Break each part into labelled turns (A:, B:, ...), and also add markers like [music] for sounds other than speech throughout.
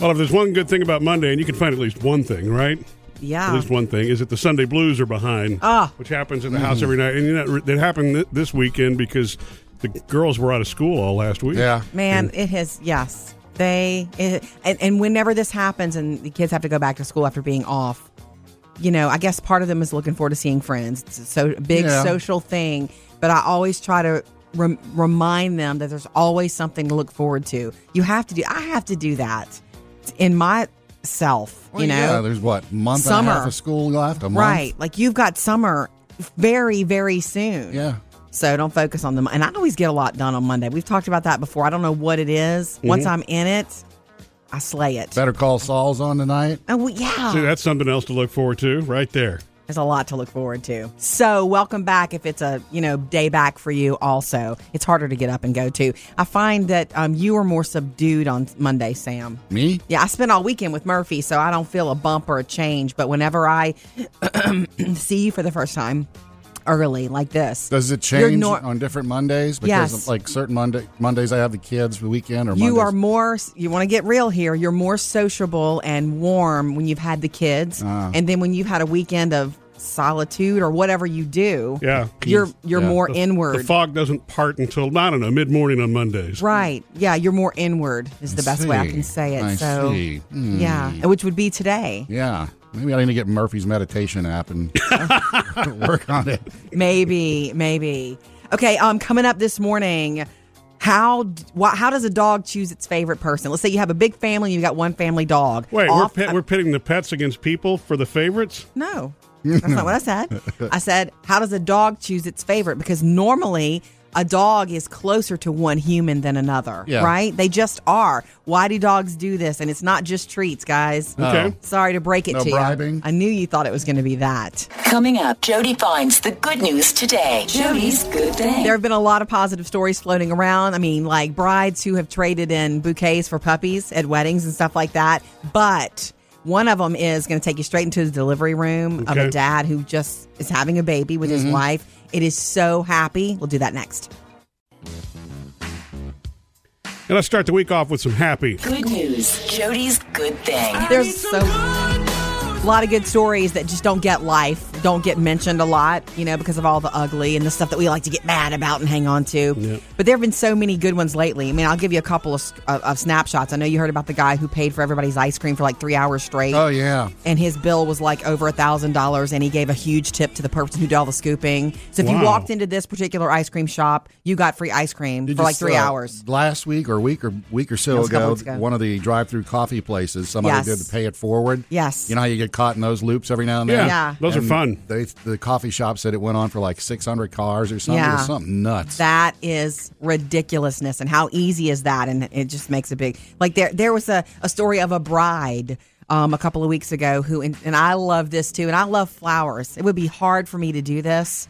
A: Well, if there's one good thing about Monday, and you can find at least one thing, right? At
B: Yeah.
A: least one thing is that the Sunday blues are behind,
B: Ah.
A: which happens at the house every night, and you know, that happened th- this weekend because the girls were out of school all last week.
C: Yeah.
B: Man, it has, yes. They, it, and, and whenever this happens and the kids have to go back to school after being off, you know, I guess part of them is looking forward to seeing friends. It's a so, a big
C: Yeah.
B: social thing. But I always try to rem- remind them that there's always something to look forward to. You have to do, I have to do that in myself, you know?
C: yeah, there's what month and
B: Summer.
C: a half of school left. A month.
B: Right. Like you've got summer very, very soon.
C: Yeah.
B: So don't focus on them. And I always get a lot done on Monday. We've talked about that before. I don't know what it is. Once I'm in it, I slay it.
C: Better call Saul's on tonight.
B: Oh, well, yeah.
A: See, that's something else to look forward to right there.
B: There's a lot to look forward to. So welcome back if it's a, you know, day back for you also. It's harder to get up and go to. I find that um, you are more subdued on Monday, Sam.
C: Me?
B: Yeah, I spent all weekend with Murphy, so I don't feel a bump or a change. But whenever I [clears throat] see you for the first time early like this,
C: Does it
B: You're
C: change
B: nor-
C: on different Mondays? Because
B: Yes.
C: like certain Monday Mondays I have the kids for the weekend or
B: you are
C: Mondays.
B: more you want to get real here you're more sociable and warm when you've had the kids and then when you've had a weekend of solitude or whatever you do
A: Yeah.
B: you're you're
C: Yeah.
B: more
A: The
B: inward
A: fog doesn't part until, I don't know, mid morning on Mondays.
B: right yeah you're more inward is the best way i can say it
C: I
B: so
C: see. Hmm.
B: yeah which would be today
C: Yeah. Maybe I need to get Murphy's meditation
B: [laughs]
C: app and [laughs] work on it.
B: maybe maybe okay um coming up this morning how d- wh- how does a dog choose its favorite person let's say you have a big family you've got one family dog
A: Wait,
B: Off-
A: we're, pit, we're pitting the pets against people for the favorites?
C: [laughs]
B: No, that's not what I said. I said, how does a dog choose its favorite? Because normally a dog is closer to one human than another,
C: Yeah.
B: right? They just are. Why do dogs do this? And it's not just treats, guys.
A: Okay.
B: Sorry to break it
C: No
B: to you.
C: bribing?
B: I knew you thought it was going to be that.
D: Coming up, Jody finds the good news today. Jody's good thing.
B: There have been a lot of positive stories floating around. I mean, like brides who have traded in bouquets for puppies at weddings and stuff like that. But one of them is going to take you straight into the delivery room of
A: Okay.
B: a dad who just is having a baby with his wife. It is so happy. We'll do that next.
A: And let's start the week off with some happy.
D: Good news. Jody's good thing.
B: There's so a lot of good stories that just don't get life, don't get mentioned a lot, you know, because of all the ugly and the stuff that we like to get mad about and hang on to. But there have been so many good ones lately. I mean, I'll give you a couple of, of, of snapshots. I know you heard about the guy who paid for everybody's ice cream for like three hours straight.
C: Oh yeah.
B: And his bill was like over a thousand dollars, and he gave a huge tip to the person who did all the scooping. So if
A: Wow.
B: you walked into this particular ice cream shop, you got free ice cream
C: Did
B: for
C: you
B: like three
C: s- uh,
B: hours.
C: Last week or week or week or so
B: was a couple
C: ago,
B: weeks ago.
C: one of the drive-through coffee places, somebody
B: Yes.
C: did the pay it forward.
B: Yes.
C: You know how you get caught in those loops every now and
A: Yeah.
C: then.
B: Yeah.
A: Those are
C: And
A: fun.
C: They the coffee shop said it went on for like 600 cars or something. It was
B: Yeah.
C: something nuts.
B: That is ridiculousness. And how easy is that? And it just makes a big like there there was a, a story of a bride um, a couple of weeks ago who and, and I love this too, and I love flowers. It would be hard for me to do this,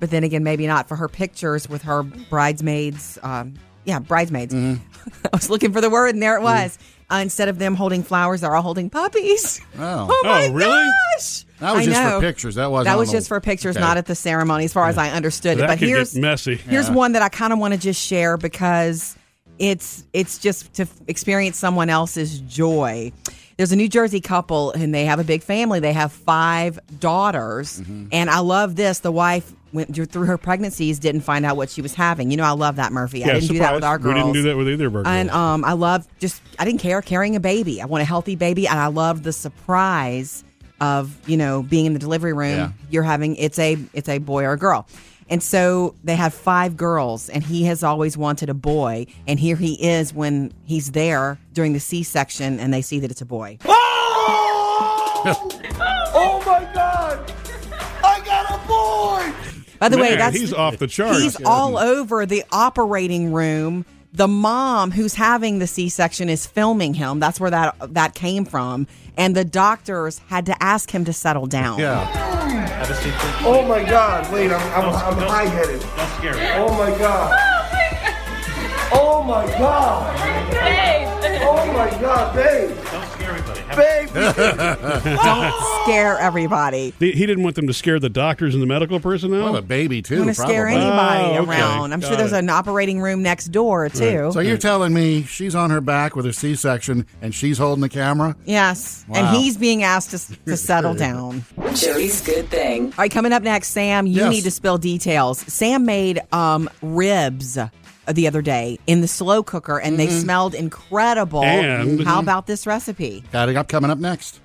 B: but then again, maybe not for her pictures with her bridesmaids. Um, yeah, bridesmaids.
C: Mm-hmm.
B: [laughs] I was looking for the word, and there it was. Uh, instead of them holding flowers, they're all holding puppies.
C: Oh.
B: [laughs] oh my
A: Oh, really?
B: gosh!
C: That was
B: I
C: just for
B: know.
C: pictures. That wasn't
B: That
C: on
B: was
C: the-
B: just for pictures,
C: Okay.
B: not at the ceremony, as far as I understood it.
A: That
B: But
A: could
B: here's
A: get messy.
B: Here's one that I kind of want to just share because it's it's just to f- experience someone else's joy. There's a New Jersey couple and they have a big family. They have five daughters,
A: Mm-hmm.
B: and I love this. The wife went through- through her pregnancies, didn't find out what she was having. You know, I love that Murphy. I
A: Yeah,
B: didn't do that
A: surprise.
B: with our
A: We
B: girls.
A: didn't do that with either of our girls.
B: And um, I love just I didn't care carrying a baby. I want a healthy baby, and I love the surprise of you know being in the delivery room.
C: Yeah.
B: You're having it's a it's a boy or a girl, and so they have five girls, and he has always wanted a boy, and here he is when he's there during the C-section, and they see that it's a boy.
E: Oh! [laughs] oh my god! I got a boy!
B: By the way,
A: Man,
B: that's
A: he's off the charts.
B: He's all over the operating room. The mom who's having the C-section is filming him. That's where that that came from. And the doctors had to ask him to settle down.
C: Yeah.
E: Oh my god, wait, I'm, I'm, I'm high headed. Don't scare me. Oh my god. Oh my god. Oh my god, babe. Don't scare me.
F: everybody. Have
E: baby.
B: Scare everybody.
A: He, he didn't want them to scare the doctors and the medical personnel.
C: Well, the baby too.
B: I'm going to
C: probably.
B: scare anybody
A: Oh, okay.
B: around. I'm sure
A: Got
B: there's
A: it.
B: an operating room next door, too.
C: So you're telling me she's on her back with her C-section and she's holding the camera?
B: Yes.
C: Wow.
B: And he's being asked to,
A: [laughs]
B: to settle down.
D: Jody's good thing.
B: All right, coming up next, Sam, you
C: Yes.
B: need to spill details. Sam made um, ribs the other day in the slow cooker and they smelled incredible.
A: Mm-hmm. And-
B: How about this recipe?
C: Got it up coming up next.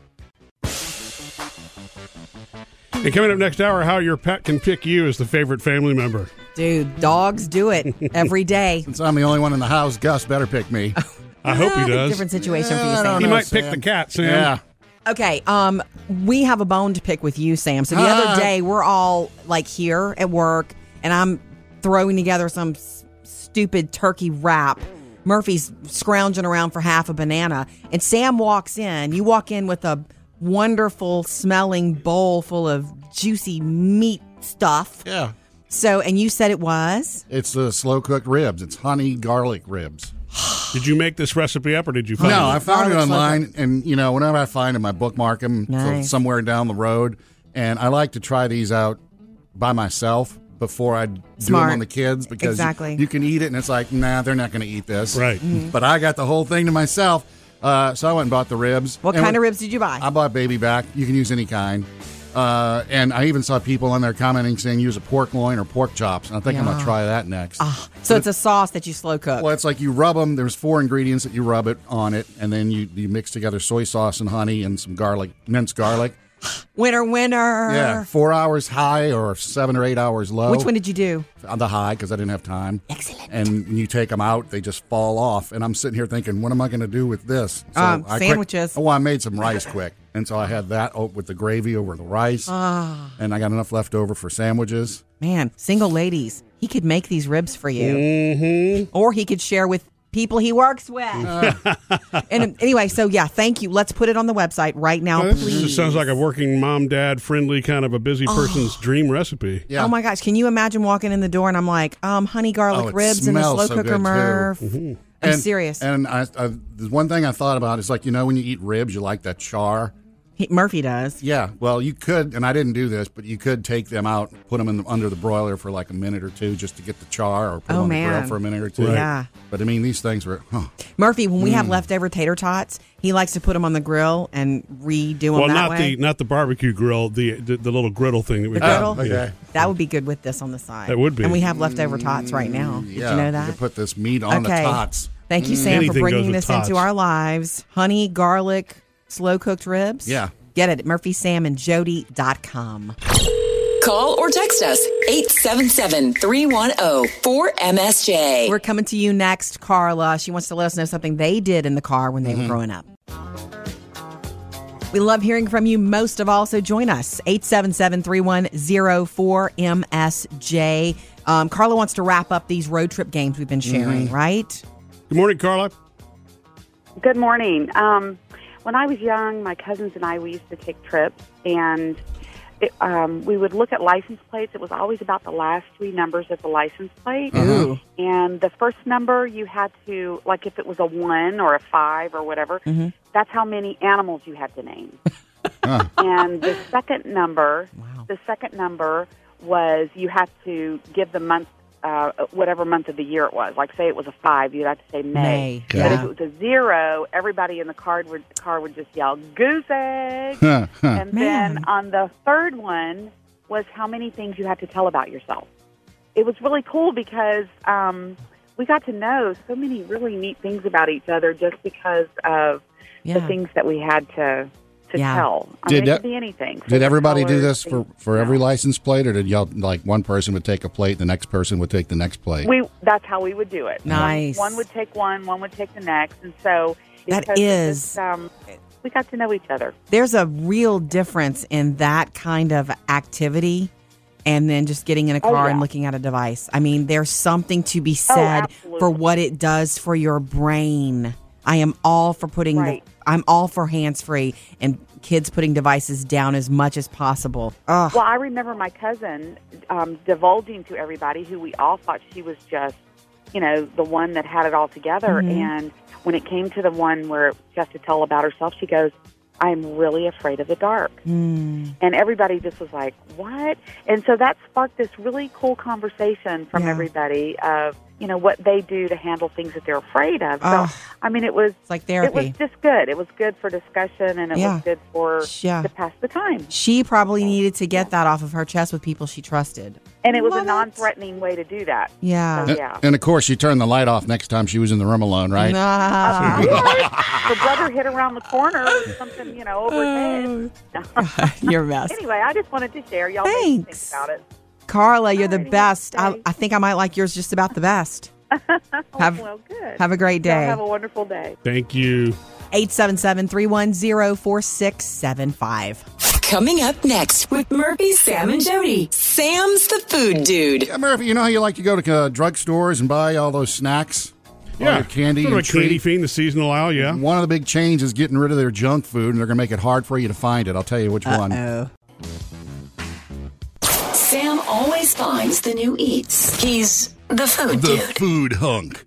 A: And coming up next hour, how your pet can pick you as the favorite family member.
B: Dude, dogs do it every day.
C: Since I'm the only one in the house, Gus better
B: [laughs]
C: pick me.
A: I hope he does.
B: Ah, Different situation for
C: Yeah, I
B: you, Sam.
C: don't
A: He
C: know,
A: might pick
C: Sam.
A: the cat, Sam.
C: Yeah.
B: Okay, um, we have a bone to pick with you, Sam. So the
C: Ah.
B: other day, we're all like here at work, and I'm throwing together some s- stupid turkey wrap. Murphy's scrounging around for half a banana, and Sam walks in. You walk in with a wonderful smelling bowl full of juicy meat stuff.
C: Yeah.
B: So, and you said it was
C: It's the slow cooked ribs. It's honey garlic ribs.
A: Did you make this recipe up or did you find
C: No, I
A: it?
C: found it
B: Garlic slow
C: online, and you know, whenever I find them, I bookmark them
B: Nice.
C: somewhere down the road. And I like to try these out by myself before I do
B: Smart.
C: them on the kids because
B: Exactly. Mm-hmm.
C: you can eat it, and it's like, nah, they're not going to eat this,
A: Right.
C: [laughs] But I got the whole thing to myself, uh, so I went and bought the ribs.
B: what
C: And
B: kind of
C: when-
B: ribs did you buy?
C: I bought baby back. You can use any kind. Uh, and I even saw people on there commenting saying use a pork loin or pork chops. And I think I'm going to
B: Yeah. Ah,
C: try that next.
B: so it's a sauce that you slow cook.
C: Well, it's like you rub them. There's four ingredients that you rub it on it, and then you, you mix together soy sauce and honey and some garlic, minced garlic.
B: Winner, winner.
C: Yeah, four hours high or seven or eight hours low.
B: Which one did you do?
C: on the high because I didn't have time. Excellent. And when you take them out, they just fall off. And I'm sitting here thinking, what am I going to do with this? So
B: Um,
C: I quick-
B: sandwiches.
C: oh, I made some rice quick, and so I had that o- with the gravy over the rice,
B: Ah.
C: and I got enough left over for sandwiches.
B: Man, single ladies, he could make these ribs for you. Mm-hmm. Or he could share with people he works with. [laughs] and um, anyway, so yeah, thank you. Let's put it on the website right now,
A: This
B: please.
A: just sounds like a working mom, dad, friendly kind of a busy person's dream recipe.
C: Yeah.
B: Oh my gosh, can you imagine walking in the door and I'm like, um, honey
C: Oh,
B: garlic
C: it
B: ribs in the
C: smells
B: slow
C: so good,
B: cooker
C: too.
B: Murph? I'm
C: And-
B: serious.
C: And I, I, the one thing I thought about is like you know when you eat ribs, you like that char.
B: He- Murphy does.
C: Yeah, well, you could, and I didn't do this, but you could take them out, and put them in the, under the broiler for like a minute or two, just to get the char, or put
B: Oh,
C: them on the grill
B: man.
C: for a minute or two.
B: Right. Yeah.
C: But I mean, these things were. Huh.
B: Murphy, when we have leftover tater tots, he likes to put them on the grill and redo them
A: Well,
B: that
A: not
B: way.
A: the not the barbecue grill, the the, the little griddle thing that we
B: The
A: got.
B: griddle?
A: Yeah.
B: That would be good with this on the side.
A: That would be.
B: And we have leftover tots right now. Did
C: Yeah,
B: you know
C: You
B: that?
C: could put this meat on the tots.
B: Thank you, Sam,
A: Mm. Anything
B: for
A: goes
B: bringing
A: with
B: this
A: tots.
B: into our lives. Honey, garlic, slow cooked ribs.
C: Yeah.
B: Get it at murphysamandjody.com.
D: Call or text us 877 310 4MSJ.
B: We're coming to you next, Carla. She wants to let us know something they did in the car when they
C: Mm-hmm.
B: were growing up. We love hearing from you most of all, so join us 877 310 Um, Carla wants to wrap up these road trip games we've been sharing,
C: Mm-hmm.
B: right?
A: Good morning, Carla.
G: Good morning. Um, when I was young, my cousins and I we used to take trips, and it, um, we would look at license plates. It was always about the last three numbers of the license plate,
B: Ooh.
G: and the first number you had to like if it was a one or a five or whatever. That's how many animals you had to name. and the second number,
B: Wow.
G: the second number was you had to give the month. Uh, whatever month of the year it was, like say it was a five, you'd have to say
B: May.
G: May.
B: Yeah.
G: But if it was a zero, everybody in the car would car would just yell goose egg.
C: Huh, huh.
G: and
B: Man.
G: then on the third one was how many things you had to tell about yourself. It was really cool because um, we got to know so many really neat things about each other just because of
B: Yeah.
G: the things that we had to to
B: Yeah.
G: tell. I
C: Did
G: mean, it
C: that-
G: could be anything.
C: Did everybody do
G: Colors,
C: this for,
G: things.
C: for every license plate, or did y'all like one person would take a plate, the next person would take the next plate?
G: We that's how we would do it. One-
B: Nice.
G: One, would take one, one would take the next, and so
B: That
G: because of
B: is-
G: this, um, we got to know each other.
B: there's a real difference in that kind of activity and then just getting in a car and
G: Oh, yeah. Oh,
B: looking at a device. I mean, there's something to be said for
G: absolutely.
B: what it does for your brain. I am all for putting
G: Right.
B: the, I'm all for hands free and kids putting devices down as much as possible. Ugh.
G: Well, I remember my cousin um, divulging to everybody who we all thought she was just you know, the one that had it all together.
B: Mm-hmm.
G: And when it came to the one where she has to tell about herself, she goes, I'm really afraid of the dark.
B: Mm.
G: And everybody just was like, what? And so that sparked this really cool conversation from
B: Yeah.
G: everybody of, you know, what they do to handle things that they're afraid of. So,
B: Oh.
G: I mean, it was
B: It's like
G: it was
B: therapy.
G: just good. It was good for discussion, and it
B: Yeah.
G: was good for
B: Yeah.
G: to pass the time.
B: She probably needed to get that off of her chest with people she trusted.
G: And it was
B: Love
G: a non-threatening way to do that.
B: Yeah.
G: So,
C: And, [laughs]
G: yeah.
C: and of course, you turned the light off next time she was in the room alone, right?
B: Ah.
G: Her brother hit around the corner with something, you know, over
B: Oh.
G: his head.
B: [laughs] You're a mess.
G: Uh, anyway, I just wanted to share. Y'all made me think
B: Thanks.
G: about it.
B: Carla, you're the
G: Alrighty,
B: best. I,
G: thanks.
B: I think I might like yours just about the
G: [laughs]
B: best. Have-
G: Oh, well, good.
B: Have a great
G: Y'all
B: day.
G: have a wonderful day.
A: Thank you.
B: 877 310 4675.
D: Coming up next with Murphy, Sam, and Jody. Sam's the food dude.
C: Yeah, Murphy, you know how you like to go to uh, drugstores and buy all those snacks? All
A: Yeah,
C: your candy
A: Sort of
C: and
A: a candy
C: treats?
A: fiend, the seasonal owl. Yeah,
C: One of the big changes is getting rid of their junk food, and they're going to make it hard for you to find it. I'll tell you which one.
B: Oh.
D: Sam always finds the new eats. He's the food dude.
C: food hunk.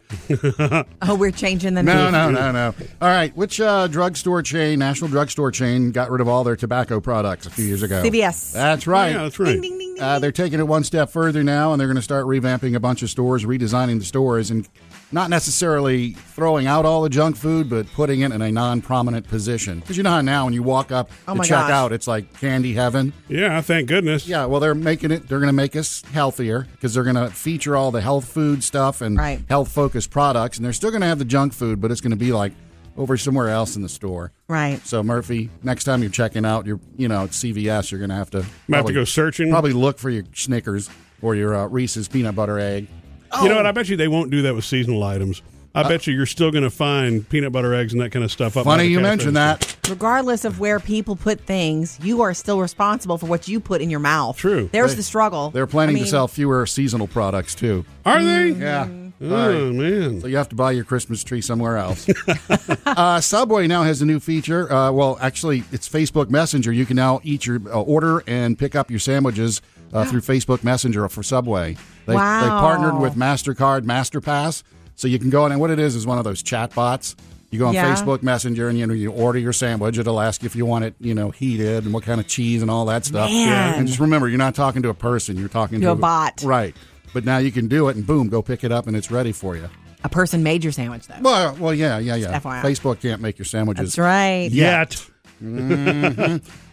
B: Oh, we're changing the
C: No,
B: name.
C: no, no, no. All right, which uh, drugstore chain, national drugstore chain, got rid of all their tobacco products a few years ago?
B: CVS.
C: That's right.
A: yeah, that's right.
B: Ding, ding, ding, ding.
C: Uh, they're taking it one step further now, and they're going to start revamping a bunch of stores, redesigning the stores, and not necessarily throwing out all the junk food, but putting it in a non-prominent position. Because you know how now when you walk up
B: Oh
C: to
B: my
C: check
B: gosh.
C: out, it's like candy heaven.
A: Yeah, thank goodness.
C: Yeah, well, they're making it. They're going to make us healthier because they're going to feature all the health food stuff and
B: Right.
C: health-focused products, and they're still going to have the junk food, but it's going to be like over somewhere else in the store.
B: Right.
C: So Murphy, next time you're checking out, you're you know at CVS, you're gonna have to
A: Might have to
C: probably-
A: go searching.
C: Probably look for your Snickers or your uh, Reese's peanut butter egg.
A: You
B: Oh.
A: know what? I bet you they won't do that with seasonal items. I bet you you're still going to find peanut butter eggs and that kind of stuff. Up by
C: Uh, Funny
A: the
C: you
A: cash
C: mentioned
A: register.
C: that.
B: Regardless of where people put things, you are still responsible for what you put in your mouth.
A: True.
B: There's
C: They-
B: the struggle.
C: They're
B: I
C: planning
B: mean, Mm-hmm.
C: to sell fewer seasonal products too.
A: Are they?
C: Yeah.
A: Oh man.
C: So you have to buy your Christmas tree somewhere else. [laughs] uh, Subway now has a new feature. Uh, well, actually, it's Facebook Messenger. You can now eat your uh, order and pick up your sandwiches
B: [gasps]
C: uh, through Facebook Messenger for Subway. They, they
B: Wow.
C: partnered with MasterCard, MasterPass. So you can go in, and what it is is one of those chat bots. You go on
B: Yeah.
C: Facebook Messenger and you know you order your sandwich. It'll ask you if you want it, you know, heated and what kind of cheese and all that stuff.
B: Man.
C: And just remember, you're not talking to a person; you're talking
B: To
C: to
B: a bot.
C: right? But now you can do it, and boom, go pick it up, and it's ready for you.
B: a person made your sandwich, though.
C: Well, well, yeah, yeah, yeah.
B: Just FYI.
C: Facebook can't make your sandwiches.
B: That's right.
A: Yet.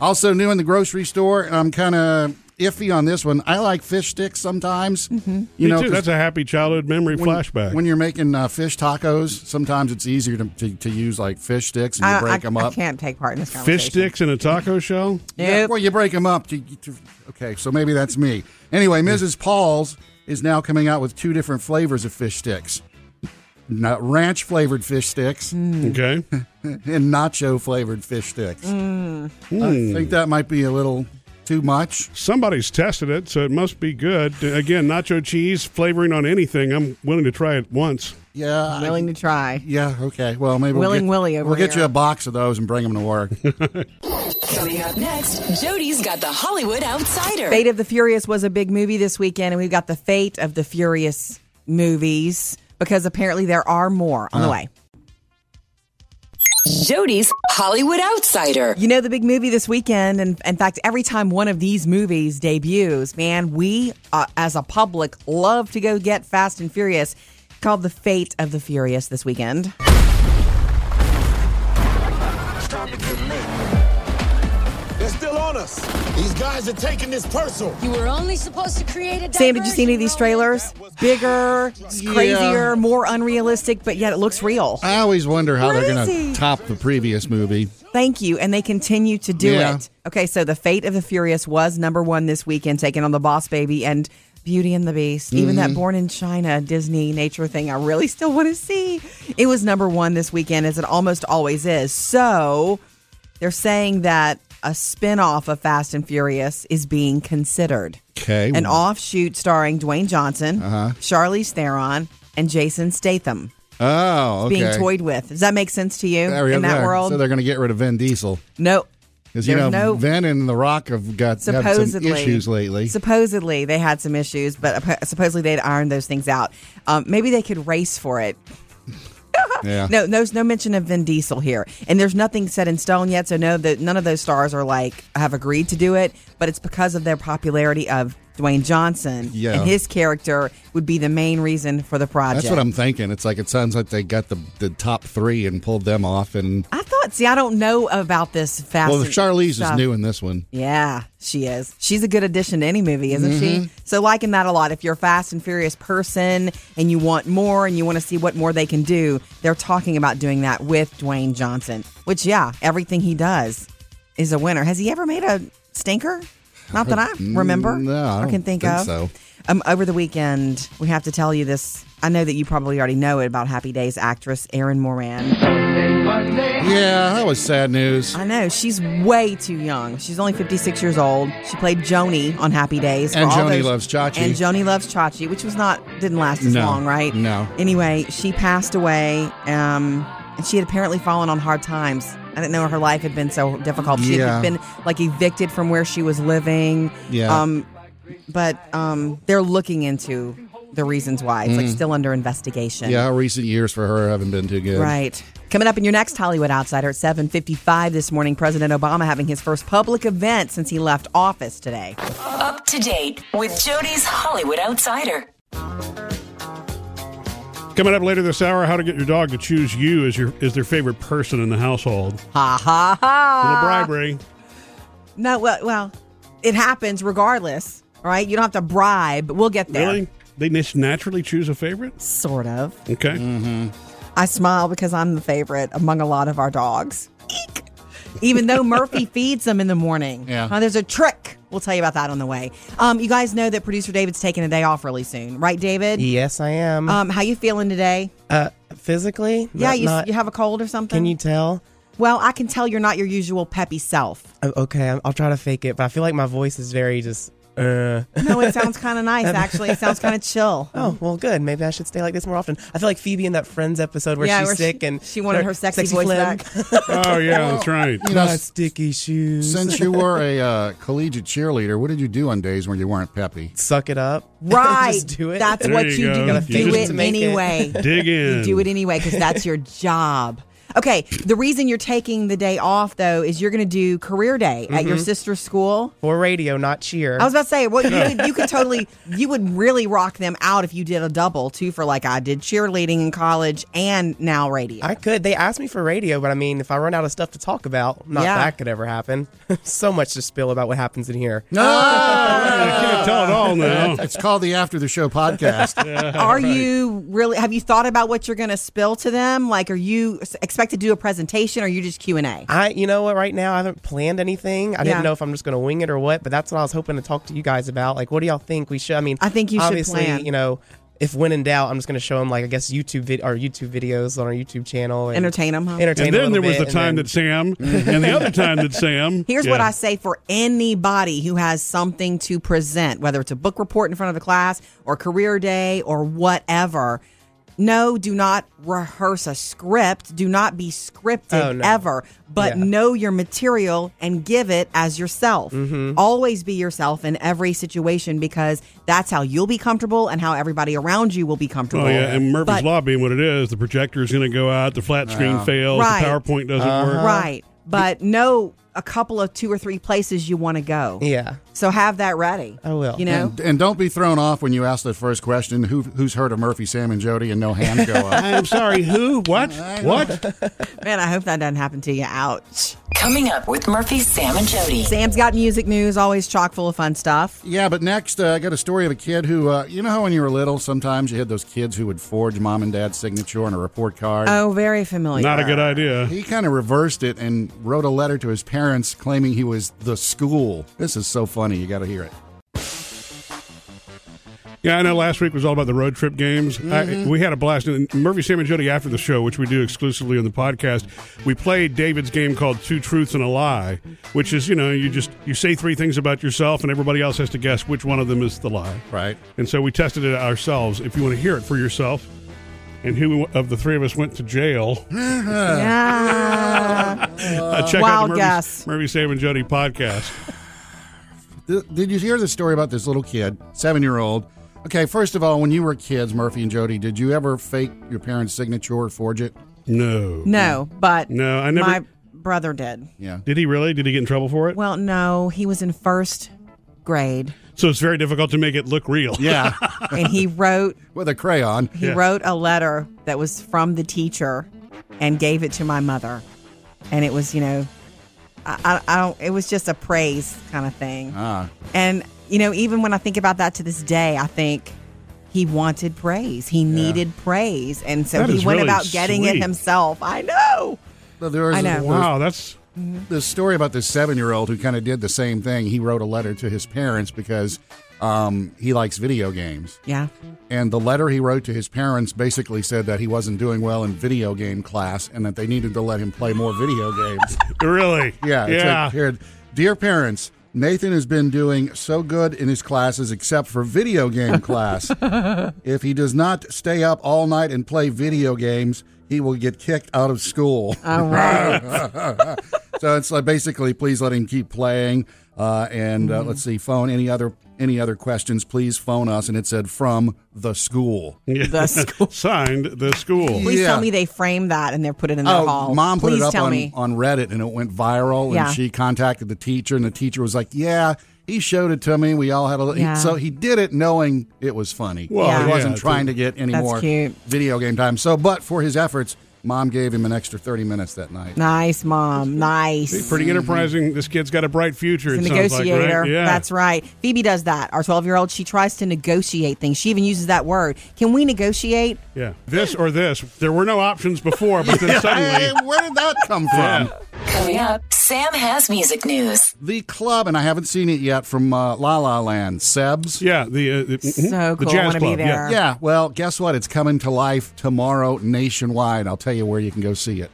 C: Also, new in the grocery store. I'm kind of iffy on this one. I like fish sticks sometimes. You
B: Mm-hmm.
A: You
C: know,
A: too.
C: 'cause
A: That's a happy childhood memory flashback.
C: when you're making uh, fish tacos, sometimes it's easier to, to, to use like fish sticks and you
B: I,
C: break
B: I-
C: them
B: I
C: up.
B: can't take part in this conversation.
A: Fish sticks in a taco shell.
C: Yeah,
B: Nope.
C: well, you break them up. To, to, okay, so maybe that's me. Anyway, Mrs. Paul's is now coming out with two different flavors of fish sticks. Not ranch flavored fish sticks
A: Okay.
C: and nacho flavored fish sticks.
B: Mm.
C: I think that might be a little too much.
A: Somebody's tested it, so it must be good. Again, nacho cheese flavoring on anything. I'm willing to try it once.
C: Yeah. I-
B: Willing to try.
C: yeah, okay. Well, maybe
B: Willing
C: we'll get,
B: Willy over
C: we'll get
B: here.
C: you a box of those and bring them
B: [laughs]
C: to work.
D: Coming up next, Jody's got the Hollywood Outsider.
B: Fate of the Furious was a big movie this weekend, and we've got the Fate of the Furious movies because apparently there are more on the way.
D: Jody's Hollywood Outsider.
B: You know, the big movie this weekend, and in fact, every time one of these movies debuts, man, we uh, as a public love to go get Fast and Furious. Called The Fate of the Furious this weekend.
F: They're still on us. These guys are taking this personal.
H: You were only supposed to create a
B: Sam, did you see any of these trailers? Bigger, crazier, more unrealistic, but yet it looks real.
C: I always wonder how they're going
B: Crazy.
C: to top the previous movie.
B: Thank you. And they continue to do
C: Yeah.
B: it. Okay, so The Fate of the Furious was number one this weekend, taking on The Boss Baby and Beauty and the Beast. Even
C: Mm-hmm.
B: that Born in China Disney nature thing, I really still want to see. It was number one this weekend, as it almost always is. So they're saying that a spinoff of Fast and Furious is being considered.
C: Okay. Uh-huh.
B: An offshoot starring Dwayne Johnson, Charlize Theron, and Jason Statham
C: Oh, okay.
B: being toyed with. Does that make sense to you
C: There we
B: in
C: go.
B: that world?
C: So they're going to get rid of Vin Diesel.
B: No.
C: Because you know,
B: There's no-
C: Van and The Rock have got have some
B: supposedly
C: issues lately.
B: Supposedly they had some issues, but appo- supposedly they'd ironed those things out. Um, maybe they could race for it.
C: yeah.
B: No, there's no mention of Vin Diesel here, and there's nothing set in stone yet. So no, that none of those stars are like have agreed to do it, but it's because of their popularity of Dwayne Johnson
C: Yeah.
B: and his character would be the main reason for the project.
C: That's what I'm thinking. It's like it sounds like they got the, the top three and pulled them off. And
B: I thought. See, I don't know about this fast.
C: well, Charlize
B: stuff.
C: is new in this one.
B: Yeah, she is. She's a good addition to any movie, isn't
C: Mm-hmm.
B: she? So liking that a lot. If you're a Fast and Furious person and you want more and you want to see what more they can do, they're talking about doing that with Dwayne Johnson. Which, yeah, everything he does is a winner. Has he ever made a stinker? Not
C: [laughs]
B: that I remember.
C: Mm, No, I
B: or
C: don't
B: can think,
C: think
B: of.
C: so.
B: Um, over the weekend, we have to tell you this. I know that you probably already know it about Happy Days actress Erin Moran.
C: Yeah, that was sad news.
B: I know she's way too young. She's only 56 years old. She played Joni on Happy Days. for
C: And
B: all
C: Joni
B: those-
C: Loves Chachi.
B: And Joni loves Chachi, which was not didn't last as
C: No,
B: long, right?
C: no.
B: Anyway, she passed away, um, and she had apparently fallen on hard times. I didn't know her life had been so difficult. She
C: Yeah.
B: had been like evicted from where she was living.
C: Yeah.
B: Um, but um, they're looking into the reasons why. It's like still under investigation.
C: Mm. Yeah, recent years for her haven't been too good.
B: Right. Coming up in your next Hollywood Outsider at 7:55 this morning, President Obama having his first public event since he left office today.
D: Up to date with Jody's Hollywood Outsider.
A: Coming up later this hour, how to get your dog to choose you as your as their favorite person in the household.
B: Ha ha ha.
A: Little bribery.
B: No, well, well, it happens regardless, all right? You don't have to bribe. We'll get there.
A: Really? They just naturally choose a favorite?
B: Sort of.
A: Okay.
B: I smile because I'm the favorite among a lot of our dogs. Eek. Even though Murphy feeds them in the morning.
C: Yeah.
B: Huh, there's a trick. We'll tell you about that on the way. Um, you guys know that producer David's taking a day off really soon, right, David?
I: Yes, I am.
B: Um, how you feeling today?
I: uh, physically?
B: Yeah,
I: Not-
B: you,
I: not-
B: you have a cold or something?
I: Can you tell?
B: Well, I can tell you're not your usual peppy self.
I: Uh, Okay, I'm- I'll try to fake it, but I feel like my voice is very just. Uh.
B: No, it sounds kind of nice, actually. It sounds kind of chill.
I: Oh well, good. Maybe I should stay like this more often. I feel like Phoebe in that Friends episode where
B: Yeah,
I: she's
B: where she-
I: sick and
B: she wanted her sexy voice back.
A: Oh yeah, that's right.
C: You know,
I: [laughs] My sticky shoes.
C: since [laughs] you were a uh, collegiate cheerleader, what did you do on days when you weren't peppy?
I: Suck it up. [laughs]
B: Right.
I: just do it.
B: That's
A: There
B: what
A: you
B: you,
A: go.
B: do.
A: Gotta
B: You do
A: fake it
B: it
I: to make it.
B: anyway.
A: [laughs] Dig in.
B: You do it anyway because that's your job. Okay. The reason you're taking the day off, though, is you're going to do career day at your sister's school.
I: for radio, not cheer.
B: I was about to say, well, you could, you could totally, you would really rock them out if you did a double, too, for like I did cheerleading in college and now radio.
I: I could. They asked me for radio, but I mean, if I run out of stuff to talk about, not
B: Yeah.
I: that could ever happen. [laughs] so much to spill about what happens in here.
A: I
C: Ah! [laughs]
A: can't tell it all now.
C: It's called the After the Show [laughs]
B: [laughs]
C: podcast.
B: Are you really? Have you thought about what you're going to spill to them? Like, are you s- expected to do a presentation, or are you just Q and A?
I: I, you know what? Right now, I haven't planned anything. I
B: Yeah.
I: didn't know if I'm just going to wing it or what, but that's what I was hoping to talk to you guys about. Like, what do y'all think we should? I mean,
B: I think you should
I: obviously,
B: plan.
I: you know, if when in doubt, I'm just going to show them like I guess YouTube vid- or YouTube videos on our YouTube channel, and
B: Entertain 'em, huh?
I: Entertain
A: And
I: 'em a
A: then there
I: little
A: was the
I: bit, and
A: time
I: then-
A: that Sam, and the other time that Sam.
B: Here's what
A: Yeah.
B: I say for anybody who has something to present, whether it's a book report in front of the class or career day or whatever. No, do not rehearse a script. Do not be scripted
I: Oh, no.
B: ever, but
I: Yeah.
B: know your material and give it as yourself.
A: Mm-hmm.
B: Always be yourself in every situation because that's how you'll be comfortable and how everybody around you will be comfortable.
A: Oh yeah, and Murphy's
B: But-
A: Law being what it is, the projector's going to go out, the flat screen fails,
B: Right.
A: the PowerPoint doesn't work.
B: Right. But know a couple of two or three places you want to go.
I: Yeah.
B: So have that ready.
I: I will.
B: You know?
C: And, and don't be thrown off when you ask the first question who, who's heard of Murphy, Sam, and Jody, and no hand go up. [laughs]
A: I'm sorry, who? What? What?
B: Man, I hope that doesn't happen to you. Ouch.
D: Coming up with Murphy, Sam, and Jody.
B: Sam's got music news, always chock full of fun stuff.
C: Yeah, but next, uh, I got a story of a kid who, uh, you know how when you were little, sometimes you had those kids who would forge mom and dad's signature on a report card?
B: Oh, very familiar.
A: Not a good idea.
C: He kind of reversed it and wrote a letter to his parents claiming he was the school. This is so funny. You got to hear it.
A: Yeah, I know. Last week was all about the road trip games. I, we had a blast. And Murphy, Sam, and Jody after the show, which we do exclusively on the podcast, we played David's game called Two Truths and a Lie, which is you know you just you say three things about yourself, and everybody else has to guess which one of them is the lie.
C: Right.
A: And so we tested it ourselves. If you want to hear it for yourself, and who of the three of us went to jail.
B: Yeah.
A: Uh, check out
B: wild
A: the Murphy,
B: guess.
A: Murphy, Sam, and Jody podcast.
C: Th- Did you hear the story about this little kid, seven year old? Okay, first of all, when you were kids, Murphy and Jody, did you ever fake your parents' signature or forge it?
A: No.
B: no, but
A: No, I never-
B: my brother did.
C: Yeah.
A: Did he really? Did he get in trouble for it?
B: Well, no, he was in first grade
A: so it's very difficult to make it look real.
C: Yeah.
B: and he [laughs] wrote
C: [laughs] With a crayon.
B: he
A: Yeah.
B: wrote a letter that was from the teacher and gave it to my mother. And it was, you know, I, I, I don't, it was just a praise kind of thing.
C: Ah.
B: And, you know, even when I think about that to this day, I think he wanted praise. He needed praise. And so
A: That
B: he
A: is
B: went
A: really
B: about getting it
A: sweet.
B: himself. I know.
C: So there was
B: I know.
C: this-
A: Wow, that's
C: this story about this seven year old who kind of did the same thing. He wrote a letter to his parents because um, he likes video games.
B: Yeah.
C: And the letter he wrote to his parents basically said that he wasn't doing well in video game class and that they needed to let him play more video games.
A: really.
C: Yeah. it's
A: Yeah.
C: like, here, Dear parents, Nathan has been doing so good in his classes except for video game class. if he does not stay up all night and play video games, he will get kicked out of school.
B: All right.
C: so it's like basically, please let him keep playing. Uh, and uh, let's see, phone any other any other questions? Please phone us. And it said from the school.
B: the school.
A: [laughs] Signed the school.
B: Please
C: Yeah. Oh,
B: tell me they framed that and they put it in their hall.
C: mom put
B: Please
C: it up
B: tell
C: on,
B: me.
C: on Reddit and it went viral.
B: Yeah.
C: And she contacted the teacher, and the teacher was like, "Yeah, he showed it to me. We all had a little."
B: Yeah.
C: So he did it knowing it was funny.
A: Well,
B: Yeah.
C: he wasn't
A: yeah,
C: trying to get any
B: That's
C: more
B: cute.
C: video game time. So, but for his efforts, mom gave him an extra thirty minutes that night.
B: Nice, mom. Nice.
A: See, pretty enterprising. This kid's got a bright future.
B: She's
A: it
B: a
A: sounds
B: negotiator.
A: Like, right? Yeah.
B: That's right. Phoebe does that. Our 12 year old, she tries to negotiate things. She even uses that word. Can we negotiate?
A: Yeah. This or this. There were no options before,
B: [laughs]
A: but then
C: Hey,
A: suddenly. um,
C: where did that come from?
A: [laughs] Yeah.
D: Coming up, Sam has music news.
C: The club, and I haven't seen it yet from uh, La La Land. Seb's.
A: Yeah. The, uh, the, mhm, the
B: So cool. I
A: jazz
B: wanna be
A: club.
B: there.
C: Yeah, well, guess what? It's coming to life tomorrow nationwide. I'll tell you where you can go see it.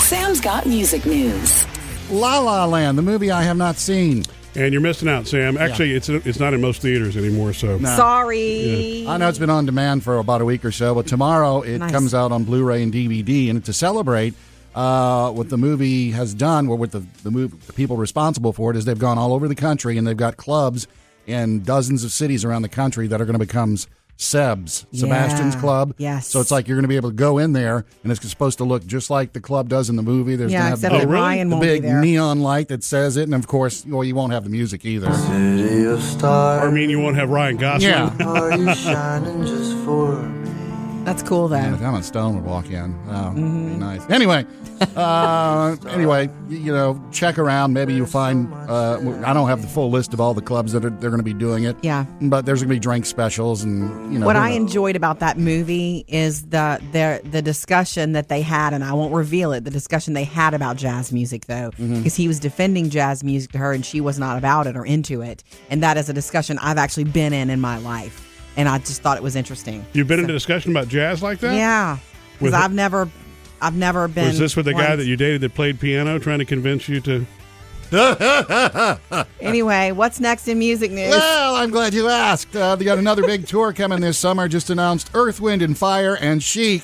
D: Sam's got music news.
C: La La Land, the movie I have not seen.
A: Yeah. And you're missing out, Sam. Actually, it's it's not in most theaters anymore. So
B: Sorry.
C: I know it's been on demand for about a week or so, but tomorrow it
B: Nice.
C: comes out on Blu-ray and DVD, and to celebrate uh, what the movie has done, or what the the, mov the people responsible for it is, they've gone all over the country and they've got clubs in dozens of cities around the country that are going to become Seb's, Sebastian's
B: Yeah.
C: Club.
B: Yes.
C: So it's like you're going to be able to go in there, and it's supposed to look just like the club does in the movie. There's
B: Yeah,
C: going to
B: except
C: have
B: that
A: Oh, really?
B: Ryan
C: the
B: won't
C: big
B: be there.
C: neon light that says it, and of course, well, you won't have the music either.
A: I mean, you won't have Ryan Gosling.
C: Yeah.
B: That's cool, though.
C: Man, if Emma Stone would walk in, oh, that'd
B: Mm-hmm.
C: be nice. Anyway, uh,
B: [laughs]
C: anyway, y- you know, check around. Maybe you'll find. Uh, w- I don't have the full list of all the clubs that are they're going to be doing it.
B: Yeah.
C: but there's going to be drink specials and you know.
B: What
C: who
B: I
C: knows?
B: enjoyed about that movie is the the the discussion that they had, and I won't reveal it. The discussion they had about jazz music, though, because
A: Mm-hmm.
B: he was defending jazz music to her, and she was not about it or into it. And that is a discussion I've actually been in in my life, and I just thought it was interesting.
A: You've been in a discussion about jazz like that?
B: Yeah,
A: With-
B: because I've never, I've never been.
A: Was this with the guy
B: once-
A: that you dated that played piano, trying to convince you to?
B: Anyway, what's next in music news?
C: Well, I'm glad you asked. Uh, they got another big tour coming this summer. Just announced Earth, Wind, and Fire and Chic.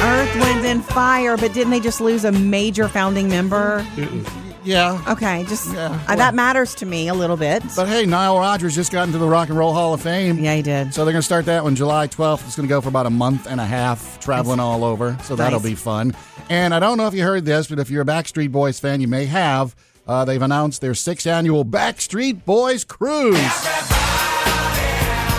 B: Earth, Wind, and Fire, but didn't they just lose a major founding member?
C: Yeah.
B: Okay, just
C: Yeah,
B: uh,
C: well-
B: that matters to me a little bit.
C: But hey, Nile Rodgers just got into the Rock and Roll Hall of Fame.
B: Yeah, he did.
C: So they're going to start that one July 12th. It's going to go for about a month and a half, traveling all over. So that'll
B: Nice.
C: be fun. And I don't know if you heard this, but if you're a Backstreet Boys fan, you may have. Uh, they've announced their sixth annual Backstreet Boys cruise.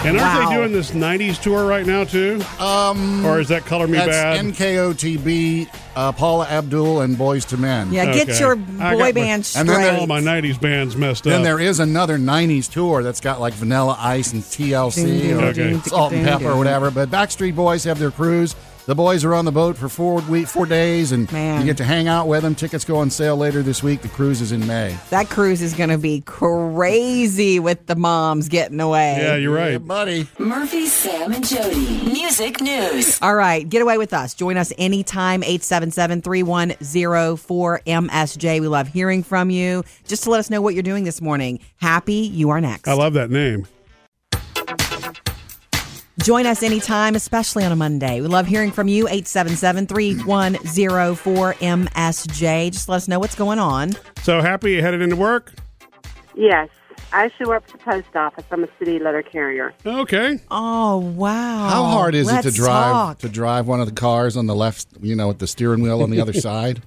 A: And aren't
B: Wow.
A: they doing this '90s tour right now too? Um, or is that Color Me
C: That's
A: Bad?
C: NKOTB, uh, Paula Abdul, and Boys to Men.
B: Yeah,
A: Okay.
B: get your
A: I got my-
B: boy band straight.
C: And then
A: All my '90s bands messed
C: Then
A: up.
C: there is another 90s tour that's got like Vanilla Ice and TLC or
A: Okay.
C: Salt and Pepper or whatever. But Backstreet Boys have their cruise. The boys are on the boat for four week, four days, and
B: Man.
C: you get to hang out with them. Tickets go on sale later this week. The cruise is in May.
B: that cruise is going to be crazy with the moms getting away.
A: yeah, you're right.
C: buddy.
D: Murphy, Sam, and Jody. Music news.
B: All right, get away with us. Join us anytime, 877-3104-MSJ. We love hearing from you. Just to let us know what you're doing this morning. Happy you are next.
A: I love that name.
B: Join us anytime, especially on a Monday. We love hearing from you, 877-3104-MSJ. Just let us know what's going on.
A: So happy you headed into work?
G: Yes. I show up at the post office. I'm a city letter carrier.
A: Okay.
B: Oh, wow.
C: How hard is it
B: Let's
C: to drive
B: talk.
C: to drive one of the cars on the left, you know, with the steering wheel on the
B: [laughs]
C: other side?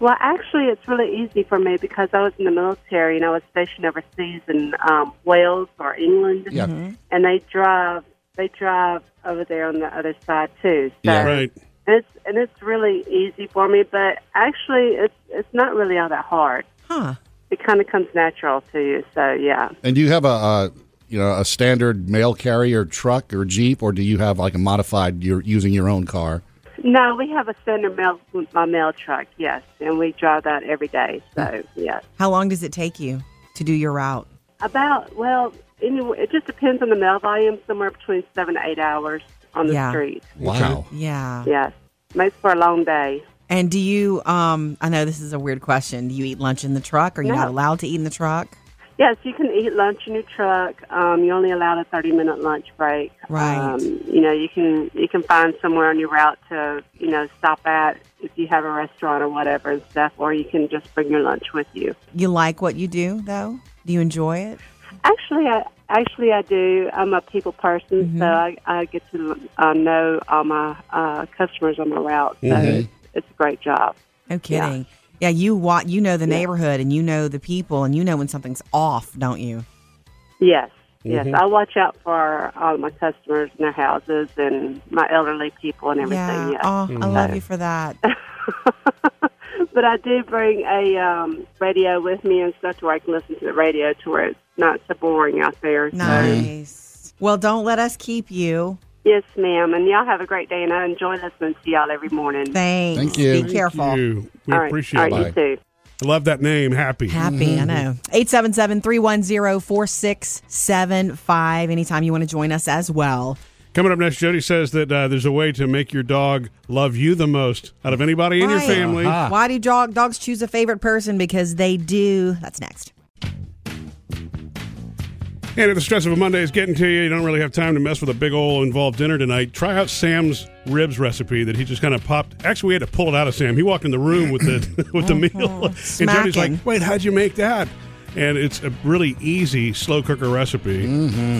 G: Well, actually, it's really easy for me because I was in the military and I was stationed overseas in um, Wales or England.
C: Yeah.
B: Mm-hmm.
G: And they drive, they drive over there on the other side too. So
C: Yeah.
A: Right.
G: and it's and it's really easy for me. But actually, it's it's not really all that hard.
B: Huh.
G: It kind of comes natural to you. So yeah.
C: And do you have a, a you know a standard mail carrier truck or jeep, or do you have like a modified? You're using your own car.
G: No, we have a standard mail my mail truck. Yes, and we drive that every day. So yes.
B: How long does it take you to do your route?
G: About well, anyway, it just depends on the mail volume. Somewhere between seven to eight hours on the
B: Yeah.
G: street.
C: Wow.
B: Yeah.
G: Yes, makes for a long day.
B: And do you, um, I know this is a weird question. Do you eat lunch in the truck? Are you not
G: No.
B: allowed to eat in the truck?
G: Yes, you can eat lunch in your truck. Um, you're only allowed a thirty-minute lunch break.
B: Right.
G: Um, you know, you can you can find somewhere on your route to you know stop at if you have a restaurant or whatever and stuff, or you can just bring your lunch with you.
B: You like what you do, though? Do you enjoy it?
G: Actually, I actually I do. I'm a people person, so I, I get to uh, know all my uh, customers on my route. So it's, it's a great job.
B: No kidding. Yeah, you want you know the neighborhood and you know the people and you know when something's off, don't you?
G: Yes, yes. I watch out for all my customers and their houses and my elderly people and everything.
B: yeah.
G: yes.
B: Oh,
I: Mm-hmm.
B: I love you for that.
G: [laughs] but I do bring a um, radio with me and stuff to where I can listen to the radio to where it's not so boring out there.
B: Nice. Well, don't let us keep you.
G: Yes, ma'am. And y'all have a great day, and I enjoy listening to y'all every morning.
B: Thanks.
C: Thank you.
B: Be
C: Thank
B: careful.
A: Thank you. We
G: all right,
A: appreciate
G: all
A: it.
G: right, you too.
A: I love that name, Happy.
B: Happy, I know. 877-310-4675. Anytime you want to join us as well.
A: Coming up next, Jody says that uh, there's a way to make your dog love you the most out of anybody in your
B: Right.
A: family.
G: Uh-huh.
C: Ah.
B: Why do dog, dogs choose a favorite person? Because they do. That's next.
A: And if the stress of a Monday is getting to you, you don't really have time to mess with a big ol' involved dinner tonight. Try out Sam's ribs recipe that he just kind of popped. Actually, we had to pull it out of Sam. He walked in the room with the [laughs] with the meal, and Jody's
B: Oh, Smacking.
A: like, "Wait, how'd you make that?" And it's a really easy slow cooker recipe.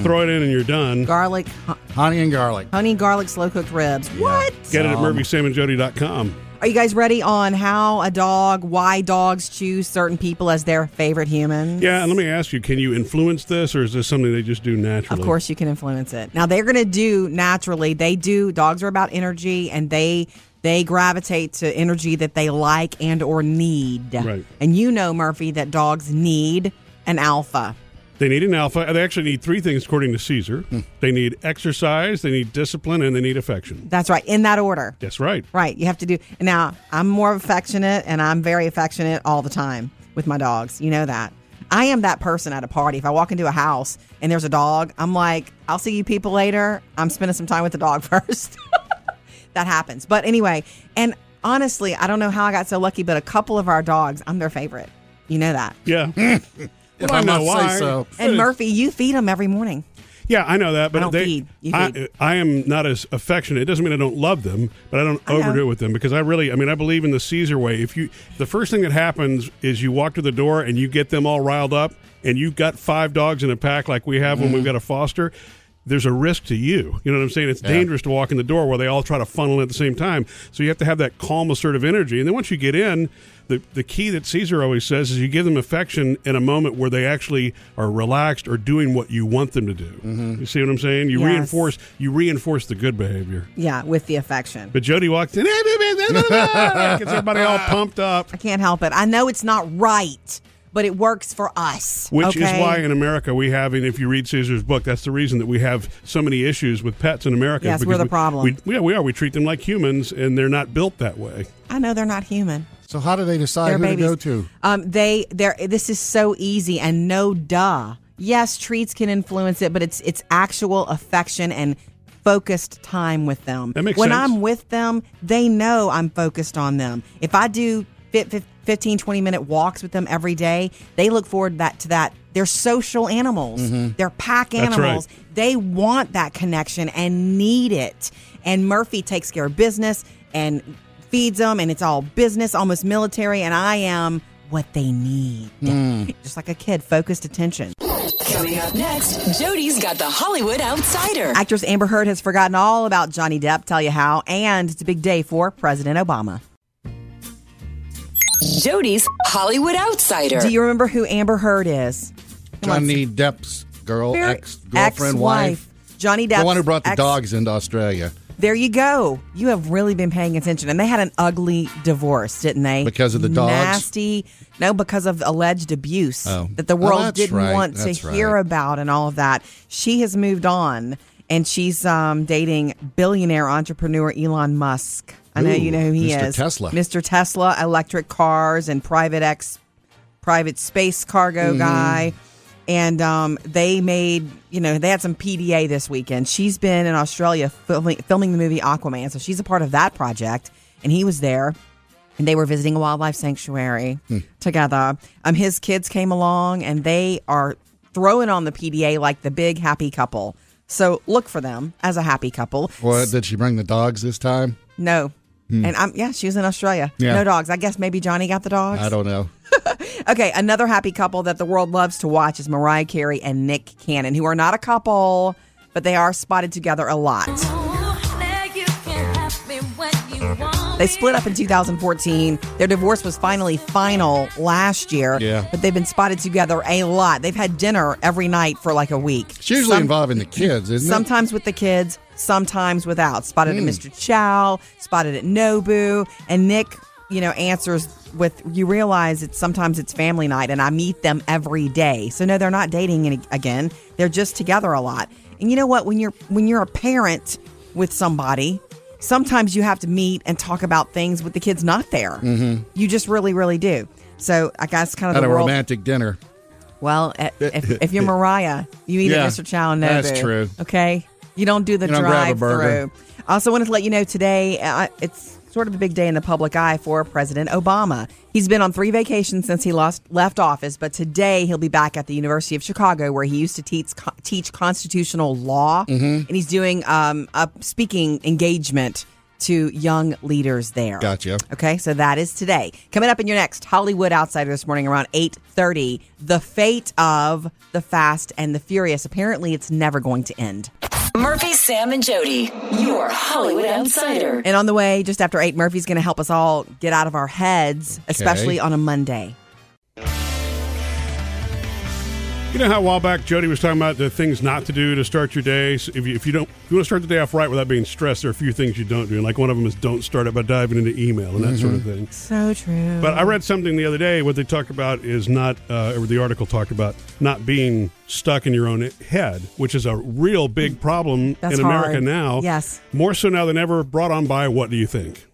A: Throw it in and you're done.
B: Garlic, hu-
C: Honey and garlic.
B: honey, garlic, slow cooked ribs. What?
A: Get it at murphysamandjody.com.
B: Are you guys ready on how a dog, why dogs choose certain people as their favorite humans?
A: Yeah, and let me ask you: Can you influence this, or is this something they just do naturally?
B: Of course, you can influence it. Now they're going to do naturally. They do. Dogs are about energy, and they they gravitate to energy that they like and or need.
A: Right.
B: And you know, Murphy, that dogs need an alpha.
A: They need an alpha. They actually need three things, according to Caesar. They need exercise, they need discipline, and they need affection.
B: That's right, in that order.
A: That's right.
B: Right. You have to do. Now, I'm more affectionate and I'm very affectionate all the time with my dogs. You know that. I am that person at a party. If I walk into a house and there's a dog, I'm like, I'll see you people later. I'm spending some time with the dog [laughs] first. that happens. But anyway, and honestly, I don't know how I got so lucky, but a couple of our dogs, I'm their favorite. You know that.
A: Yeah. Well,
C: [laughs] If I must say so.
B: And Murphy, you feed them every morning.
A: Yeah, I know that, but
B: I don't
A: they,
B: feed. You
A: I,
B: feed.
A: I am not as affectionate. It doesn't mean I don't love them, but I don't
B: know.
A: overdo it with them because I really, I mean, I believe in the Caesar way. If you, the first thing that happens is you walk to the door and you get them all riled up, and you've got five dogs in a pack like we have when we've got a foster. There's a risk to you. You know what I'm saying? It's dangerous to walk in the door where they all try to funnel at the same time. So you have to have that calm, assertive energy. And then once you get in, the, the key that Caesar always says is you give them affection in a moment where they actually are relaxed or doing what you want them to do. You see what I'm saying? You
B: Yes.
A: reinforce you reinforce the good behavior.
B: Yeah, with the affection.
A: But Jody walks in,
B: [laughs]
A: gets everybody all pumped up.
B: I can't help it. I know it's not right, but it works for us.
A: Which is
B: okay?
A: why in America we have, and if you read Caesar's book, that's the reason that we have so many issues with pets in America.
B: Yes,
A: because
B: we're the
A: we-
B: problem.
A: We, yeah, we are. We treat them like humans, and they're not built that way.
B: I know they're not human.
C: So how do they decide
B: They're
C: who
B: babies.
C: to go to?
B: Um, they they're this is so easy and no duh. Yes, treats can influence it, but it's it's actual affection and focused time with them.
A: That makes
B: when
A: sense.
B: I'm with them, they know I'm focused on them. If I do fit, fit 15, 20 minute walks with them every day. They look forward that to that. They're social animals. They're pack
A: Mm-hmm. That's right.
B: animals. They want that connection and need it. And Murphy takes care of business and feeds them, and it's all business, almost military. And I am what they need,
A: Hmm.
B: [laughs] just like a kid, focused attention.
D: Coming up next, Jody's got the Hollywood Outsider.
B: Actress Amber Heard has forgotten all about Johnny Depp, tell you how, and it's a big day for President Obama.
D: Jody's Hollywood Outsider.
B: Do you remember who Amber Heard is? Come on,
C: Johnny Depp's girl,
B: Very-
C: ex girlfriend,
B: ex-wife.
C: wife.
B: Johnny Depp.
C: The one who brought the
B: ex-
C: dogs into Australia
B: There you go. You have really been paying attention. And they had an ugly divorce, didn't they?
C: Because of the dogs?
B: Nasty. No, because of alleged abuse
C: Oh.
B: that the
C: Oh,
B: world
C: that's
B: didn't
C: right.
B: want
C: That's
B: to
C: right.
B: hear about and all of that. She has moved on and she's um, dating billionaire entrepreneur Elon Musk. I know
C: Ooh,
B: you know who he
C: Mr.
B: is.
C: Tesla.
B: Mr. Tesla, electric cars and private ex private space cargo
C: Mm-hmm.
B: guy. And um, they made, you know, they had some PDA this weekend. She's been in Australia filming, filming the movie Aquaman. So she's a part of that project. And he was there. And they were visiting a wildlife sanctuary
C: Hmm.
B: together. Um, his kids came along and they are throwing on the PDA like the big happy couple. So look for them as a happy couple.
C: What did she bring the dogs this time?
B: No. And I'm, yeah, she was in Australia.
C: Hmm. Yeah.
B: No dogs. I guess maybe Johnny got the dogs.
C: I don't know.
B: Okay, another happy couple that the world loves to watch is Mariah Carey and Nick Cannon, who are not a couple, but they are spotted together a lot. They split up in 2014. Their divorce was finally final last year.
C: Yeah.
B: But they've been spotted together a lot. They've had dinner every night for like a week.
C: It's usually
B: Some-
C: involving the kids, isn't it? Hmm.
B: Sometimes with the kids, sometimes without. Spotted at Mr. Chow, spotted at Nobu, and Nick, you know, answers with you realize it's sometimes it's family night and I meet them every day. So no, they're not dating any, again. They're just together a lot. And you know what, when you're when you're a parent with somebody, sometimes you have to meet and talk about things with the kids not there. Mm-hmm. You just really really do. So I guess kind of
C: At
B: the
C: a
B: world.
C: romantic dinner.
B: Well, i- if, if
C: [laughs]
B: you're Mariah, you eat
C: Yeah,
B: at Mr. Chow and Nobu.
C: that's true.
B: Okay, you don't do the
C: You don't grab a burger.
B: drive-through. Also, wanted to let you know today uh, it's sort of a big day in the public eye for President Obama. He's been on three vacations since he lost left office, but today he'll be back at the University of Chicago where he used to teach teach constitutional law, and he's doing um, a speaking engagement to young leaders there.
C: Gotcha.
B: Okay, so that is today. Coming up in your next Hollywood Outsider this morning around 8:30, the fate of the Fast and the Furious. Apparently it's never going to end.
D: Murphy, Sam, and Jody, your Hollywood Outsider.
B: And on the way, just after 8, Murphy's going to help us all get out of our heads, especially on a Monday.
A: You know how a while back Jody was talking about the things not to do to start your day. So if you, if you don't, if you want to start the day off right without being stressed, there are a few things you don't do. And like one of them is don't start it by diving into email and that
B: Mm-hmm.
A: sort of thing.
B: So true.
A: But I read something the other day. What they talk about is not, uh, or the article talked about not being stuck in your own head, which is a real big problem
B: That's
A: in America
B: hard.
A: now.
B: Yes.
A: more so now than ever. Brought on by what do you think?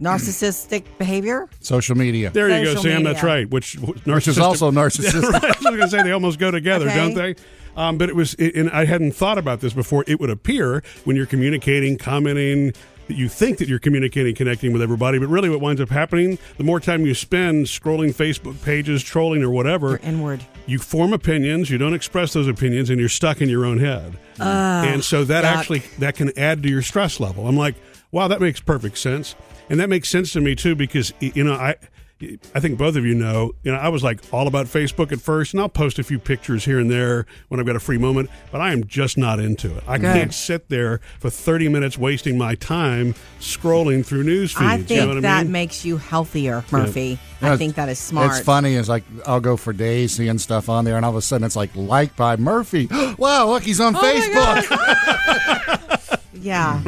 B: Narcissistic behavior?
C: Social media.
A: There you go,
B: Social
A: Sam. That's
B: media.
A: right. Which
C: Which is also narcissistic. [laughs]
A: Right, [laughs] I was going to say they almost go together,
B: Okay.
A: don't they? Um, but it was, it, and I hadn't thought about this before. It would appear when you're communicating, commenting, that you think that you're communicating, connecting with everybody, but really what winds up happening, the more time you spend scrolling Facebook pages, trolling, or whatever,
B: Inward.
A: you form opinions, you don't express those opinions, and you're stuck in your own head. and so that actually that can add to your stress level. I'm like, wow, that makes perfect sense, and that makes sense to me too because y- you know I. I think both of you know, you know, I was like all about Facebook at first, and I'll post a few pictures here and there when I've got a free moment, but I am just not into it. I can't sit there for 30 minutes wasting my time scrolling through news feeds.
B: I
A: you know
B: think
A: what I
B: that
A: mean?
B: makes you healthier, Murphy. I
C: Yeah,
B: think that is smart.
C: It's funny. It's like I'll go for days seeing stuff on there, and all of a sudden it's like liked by Murphy. [gasps] wow, look, he's
B: Oh
C: on Facebook.
A: [laughs]
B: Yeah.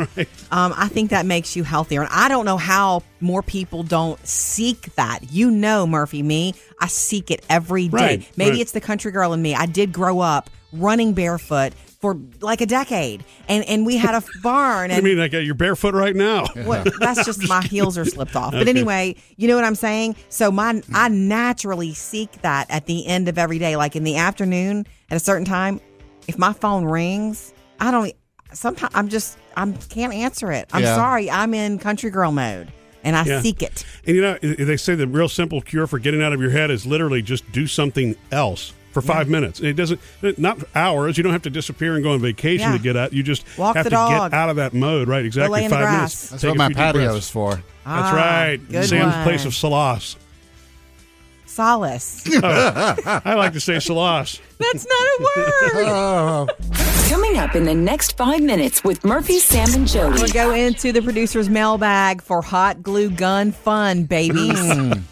B: Um, I think that makes you healthier. And I don't know how more people don't seek that. You know, Murphy, me, I seek it every day.
A: Right,
B: Maybe
A: right.
B: it's the country girl in me. I did grow up running barefoot for like a decade. And and
A: [laughs]
B: we had a barn
A: I
B: and
A: mean, like uh, you're barefoot right now.
B: well, that's just my heels are slipped off. But anyway, you know what I'm saying? So my I naturally seek that at the end of every day, like in the afternoon at a certain time. If my phone rings, I don't. Sometimes I'm just I am can't answer it. I'm
C: Yeah.
B: sorry. I'm in country girl mode, and I
A: Yeah.
B: seek it.
A: And you know, i- they say the real simple cure for getting out of your head is literally just do something else for five minutes. It doesn't, not hours. You don't have to disappear and go on vacation
B: Yeah.
A: to get out. You just
B: Walk
A: have
B: the
A: to
B: dog.
A: get out of that mode. Right, exactly.
B: lay in the
A: five
B: grass.
A: minutes.
C: That's
A: Take
C: what
A: a
C: my
A: few deep
C: patio
A: breaths.
C: is for.
A: That's
B: Ah,
A: right.
B: good
A: Sam's
B: one.
A: place of Salas.
B: Solace.
A: I like to
B: [laughs]
A: say Salas.
B: That's not a word.
C: Oh.
D: Coming up in the next five minutes with Murphy, Sam, and
B: We'll
D: Jody.
B: go into the producer's mailbag for hot glue gun fun, baby.
C: Mm.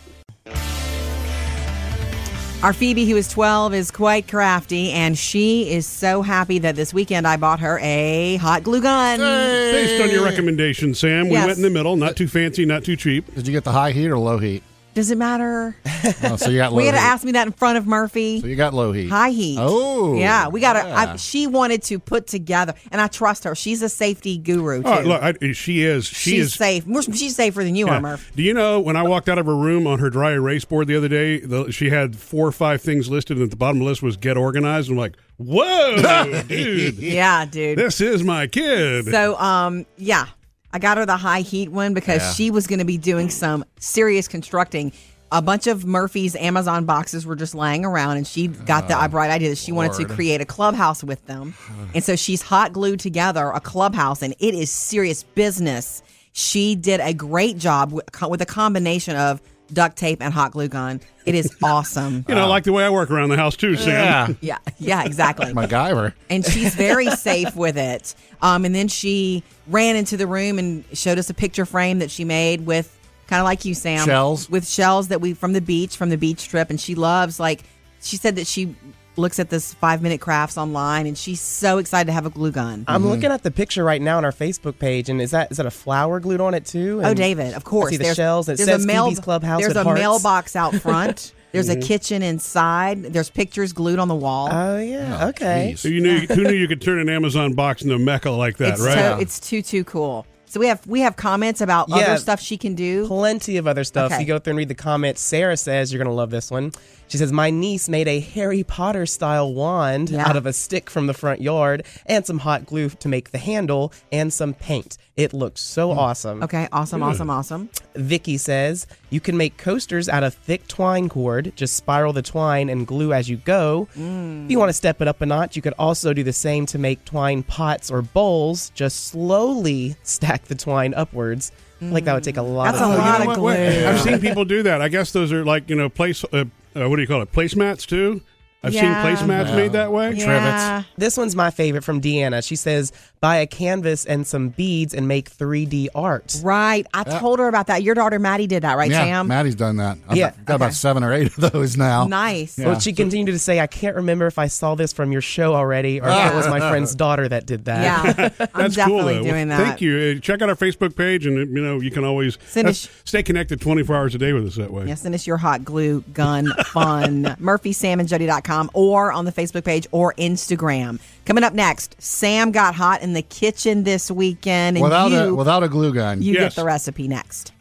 B: Our Phoebe, who is 12, is quite crafty, and she is so happy that this weekend I bought her a hot glue gun.
A: Based on your recommendation, Sam, we
B: Yes.
A: went in the middle. Not too fancy, not too cheap.
C: Did you get the high heat or low heat?
B: Does it matter?
C: Oh, so you got low
B: [laughs] We had
C: heat.
B: to ask me that in front of Murphy.
C: so you got low heat.
B: High heat.
C: Oh.
B: yeah. We got to.
C: yeah.
B: I She wanted to put together, and I trust her. She's a safety guru too.
C: Oh,
A: All right, look, I, she is. She
B: she's
A: is
B: safe. More- She's safer than you
A: Yeah.
B: are, Murph.
A: Do you know when I walked out of her room on her dry erase board the other day, the, she had four or five things listed, and at the bottom of the list was get organized. I'm like, whoa, dude,
B: Yeah, dude.
A: this is my kid. [laughs]
B: So, um, yeah, I got her the high heat one because she was going to be doing some serious constructing. A bunch of Murphy's Amazon boxes were just laying around, and she got
A: Ah,
B: the bright idea that she wanted to create a clubhouse with
A: [sighs]
B: them. And so she's hot glued together a clubhouse, and it is serious business. She did a great job with, with a combination of duct tape and hot glue gun.
A: [laughs]
B: It is awesome.
A: you know, I like the way I work around the house too, Sam.
C: Yeah.
B: yeah, yeah,
A: [laughs]
B: exactly
C: [laughs] MacGyver.
B: and she's
I: [laughs]
B: very safe with it. Um, and then she ran into the room and showed us a picture frame that she made with kind of like you, Sam,
C: Shells?
B: with shells that we from the beach from the beach trip. And she loves like she said that she looks at this five minute crafts online, and she's so excited to have a glue gun.
I: I'm looking at the picture right now on our Facebook page, and is that is that a flower glued on it too?
B: Oh,
I: And
B: David, of course.
I: I see the shells. and It says Phoebe's Clubhouse.
B: There's
I: with
B: a
I: hearts. Mm-hmm.
B: mailbox
I: [laughs]
B: out front. There's a kitchen inside. There's pictures glued on the wall.
I: Oh yeah. Okay.
A: So you knew who knew you could turn an Amazon box into a mecca like that,
B: it's
A: right?
B: to- it's too too cool. So we have we have comments about
I: Yeah.
B: other stuff she can do.
I: plenty of other stuff.
B: Okay.
I: You go through and read the comments. Sarah says you're going to love this one. She says my niece made a Harry Potter style wand
B: Yeah.
I: out of a stick from the front yard and some hot glue to make the handle and some paint. It looks so awesome.
B: Mm. Okay, awesome, awesome, awesome.
I: Vicky says you can make coasters out of thick twine cord. Just spiral the twine and glue as you go. If you want to step it up a notch, you could also do the same to make twine pots or bowls. Just slowly stack the twine upwards. I Like that would take a lot.
B: That's
I: of
B: a
A: You know
B: lot of
A: what?
B: glue.
A: What- I've seen people do that. I guess those are like you know place. Uh, uh, what do you call it? Placemats too. I've
B: Yeah.
A: seen placemats made that way.
B: Yeah.
I: This one's my favorite from Deanna. She says, buy a canvas and some beads and make 3D art.
B: Right. I told her about that. Your daughter Maddie did that, right,
C: yeah,
B: Sam?
C: Maddie's done that. I've
I: Yeah,
C: got about seven or eight of those now.
B: Nice.
C: Yeah.
I: Well, she continued to say, I can't remember if I saw this from your show already or if it was my friend's daughter that did that.
A: [laughs]
B: Yeah.
I: [laughs]
B: [laughs] I'm
A: That's cool,
B: definitely
A: though.
B: doing that.
A: Thank you. Uh, Check out our Facebook page, and uh, you know you can always
B: Send us-
A: that's- stay connected 24 hours a day with us that way.
B: Yeah, send us your hot glue gun [laughs] fun. MurphySamandJody.com or on the Facebook page or Instagram. Coming up next, Sam got hot in the kitchen this weekend. And
C: Without
B: you,
C: a without a glue gun.
B: you
A: Yes.
B: get the recipe next.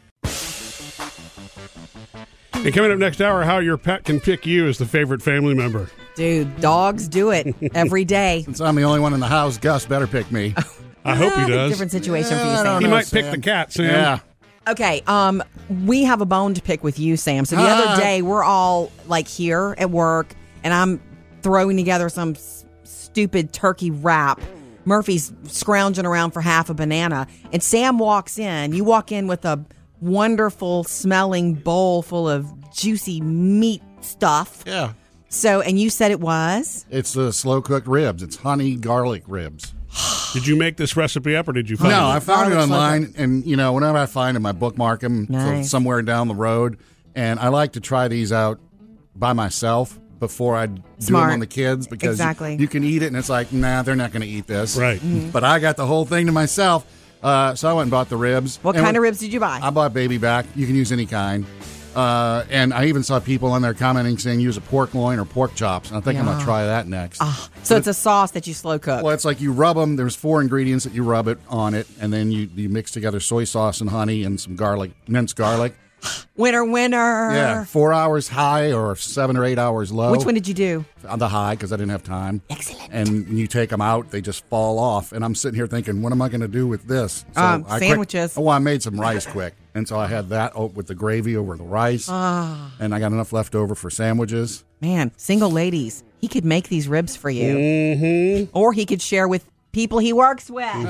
A: And coming up next hour, how your pet can pick you as the favorite family member.
B: Dude, dogs
A: [laughs]
B: do it every day.
C: Since I'm the only one in the house, Gus better pick me.
A: I hope he
B: Ah,
A: does.
B: Different situation for
C: Yeah, I
B: you,
C: don't
B: Sam.
A: He
C: know,
A: might pick
C: Sam.
A: the cat, Sam.
C: Yeah.
B: Okay, um, we have a bone to pick with you, Sam. So the
C: Ah.
B: other day, we're all like here at work, and I'm throwing together some s- stupid turkey wrap. Murphy's scrounging around for half a banana, and Sam walks in. You walk in with a wonderful smelling bowl full of juicy meat stuff.
C: Yeah.
B: So, and you said it was
C: It's the slow cooked ribs. It's honey garlic ribs.
A: Did you make this recipe up, or did you find
C: No, I
A: it?
C: found it
B: Garlic slow
C: online, and you know, whenever I find them, I bookmark them
B: Nice.
C: somewhere down the road. And I like to try these out by myself before I do
B: Smart.
C: them on the kids because
B: Exactly. Mm-hmm.
C: you can eat it, and it's like, nah, they're not going to eat this,
A: Right.
C: But I got the whole thing to myself, uh, so I went and bought the ribs.
B: what
C: And
B: kind of
C: when-
B: ribs did you buy?
C: I bought baby back. You can use any kind. Uh, and I even saw people on there commenting saying use a pork loin or pork chops. And I think I'm going to try that next.
B: Uh-huh. so it's a sauce that you slow cook.
C: Well, it's like you rub them. There's four ingredients that you rub it on it, and then you, you mix together soy sauce and honey and some garlic, minced garlic.
B: Winner, winner.
C: Yeah, Oh. four hours high or seven or eight hours low.
B: Which one did you do?
C: on the high because I didn't have time. Excellent. And when you take them out, they just fall off. And I'm sitting here thinking, what am I going to do with this?
B: Um,
C: I
B: sandwiches.
C: Quick, oh, I made some rice quick. And so I had that oh, with the gravy over the rice.
B: Ah.
C: And I got enough left over for sandwiches.
B: Man, single ladies, he could make these ribs for you.
A: Mm-hmm.
B: Or he could share with people he works with.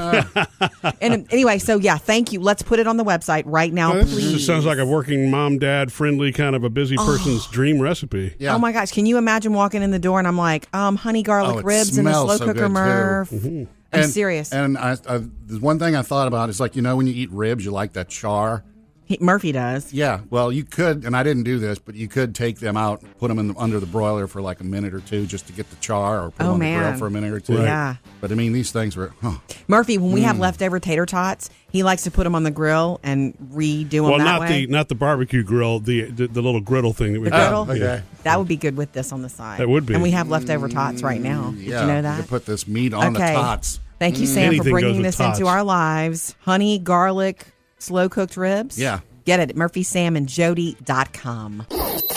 B: and anyway, so yeah, thank you. Let's put it on the website right now,
A: Well, this
B: Oh, please.
A: just sounds like a working mom, dad, friendly kind of a busy
B: Oh.
A: person's dream recipe.
B: Oh my gosh, can you imagine walking in the door and I'm like, um, honey garlic
C: Oh, it
B: ribs and a
C: smells
B: slow
C: so
B: cooker
C: good, too.
B: Murph. I'm
C: And-
B: serious.
C: And I, I, the one thing I thought about is like, you know, when you eat ribs, you like that char.
B: He, Murphy does.
C: Yeah. Well, you could, and I didn't do this, but you could take them out, and put them in the, under the broiler for like a minute or two just to get the char or put
B: Oh,
C: them on the
B: man.
C: grill for a minute or two.
B: Right. Yeah.
C: But I mean, these things were, huh.
B: Murphy, when we have
C: Mm.
B: leftover tater tots, he likes to put them on the grill and redo them
A: well,
B: that
A: not
B: way.
A: the not the barbecue grill, the the, the little griddle thing that we
B: The
A: got.
C: Oh,
B: griddle?
A: Yeah.
B: That would be good with this on the side.
A: That would be.
B: And we have leftover tots right now. Did
C: yeah.
B: you know
C: You
B: that?
C: could put this meat on
B: okay.
C: the tots.
B: Thank you,
C: Mm.
B: Sam, for
C: Anything goes
B: bringing
C: with
B: this into
C: tots.
B: our lives. Honey, garlic, slow cooked ribs.
C: Yeah.
B: Get it at murphysamandjody.com.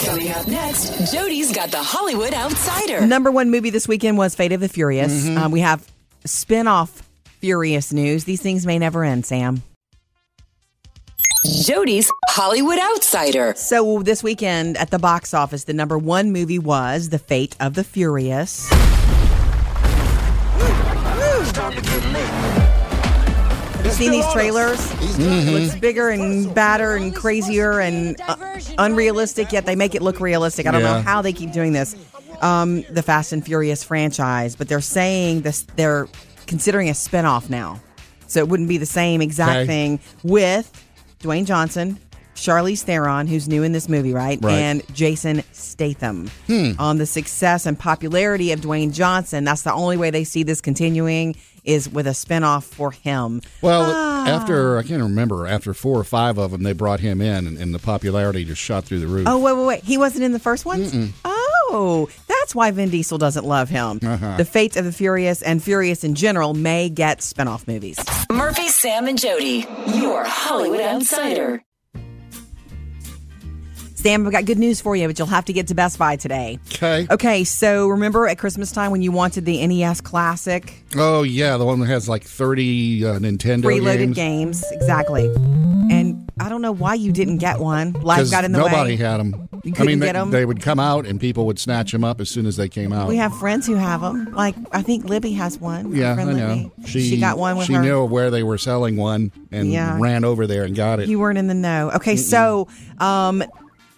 D: Coming up next, Jody's got the Hollywood Outsider.
B: Number one movie this weekend was Fate of the Furious.
C: Mm-hmm.
D: Mhm.
B: Um, we have spin off Furious news. These things may never end, Sam.
D: Jody's Hollywood Outsider.
B: So this weekend at the box office, the number one movie was The Fate of the Furious. You seen these trailers? It looks bigger and badder and crazier and uh, unrealistic, yet they make it look realistic. I don't know
J: Yeah.
B: how they keep doing this. Um, the Fast and Furious franchise, but they're saying this. They're considering a spinoff now, so it wouldn't be the same exact
J: Okay.
B: thing with Dwayne Johnson, Charlize Theron, who's new in this movie, right?
J: Right.
B: And Jason Statham.
C: Hmm.
B: On the success and popularity of Dwayne Johnson, that's the only way they see this continuing is with a spinoff for him.
C: Well,
B: Ah.
C: after I can't remember after four or five of them, they brought him in, and, and the popularity just shot through the roof.
B: Oh wait, wait, wait! He wasn't in the first ones.
C: Mm-mm.
B: Oh, that's why Vin Diesel doesn't love him.
C: Uh-huh.
B: The Fates of the Furious and Furious in general may get spin-off movies.
D: Murphy, Sam, and Jody, your Hollywood Outsider.
B: Sam, I've got good news for you, but you'll have to get to Best Buy today.
C: Okay.
B: Okay. So remember at Christmas time when you wanted the NES Classic
C: Oh yeah, the one that has like thirty uh, Nintendo
B: preloaded
C: games.
B: games. exactly. And I don't know why you didn't get one. Life
C: 'Cause
B: got in the
C: nobody
B: way.
C: had them.
B: You
C: I mean,
B: couldn't
C: they,
B: get 'em?
C: they would come out and people would snatch them up as soon as they came out.
B: We have friends who have them. Like I think Libby has one. Our
C: yeah, I
B: friend
C: know.
B: Libby. She, got one with
C: She
B: her.
C: knew where they were selling one and
B: Yeah.
C: ran over there and got it.
B: You weren't in the know. Okay, so um,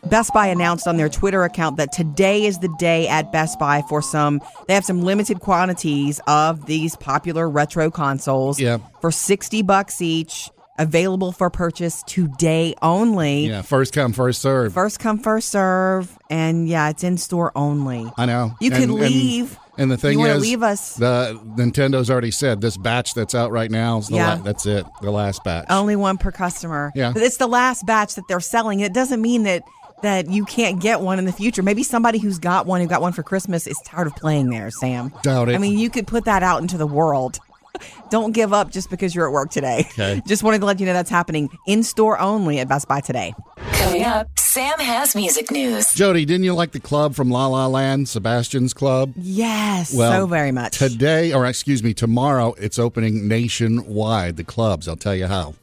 B: Best Buy announced on their Twitter account that today is the day at Best Buy for some. They have some limited quantities of these popular retro consoles.
C: Yeah.
B: for sixty bucks each, available for purchase today only.
C: yeah, first come, first serve.
B: First come, first serve, and yeah, it's in store only.
C: I know.
B: You
C: can
B: could leave.
C: And, the thing
B: You wanna
C: is,
B: leave us.
C: The Nintendo's already said this batch that's out right now is the
B: Yeah. Oh.
C: la- that's it, the last batch.
B: Only one per customer.
C: Yeah.
B: But it's the last batch that they're selling. It doesn't mean that that you can't get one in the future. Maybe somebody who's got one who got one for Christmas is tired of playing there, Sam.
C: Doubt it.
B: I mean, you could put that out into the world. [laughs] Don't give up just because you're at work today.
D: Okay.
B: [laughs] Just wanted to let you know that's happening in store only at Best Buy today.
D: Coming up, Sam has music news.
C: Jody, didn't you like the club from La La Land, Sebastian's Club?
B: Yes, so very much.
C: Today, or excuse me, tomorrow, it's opening nationwide. The clubs, I'll tell you how.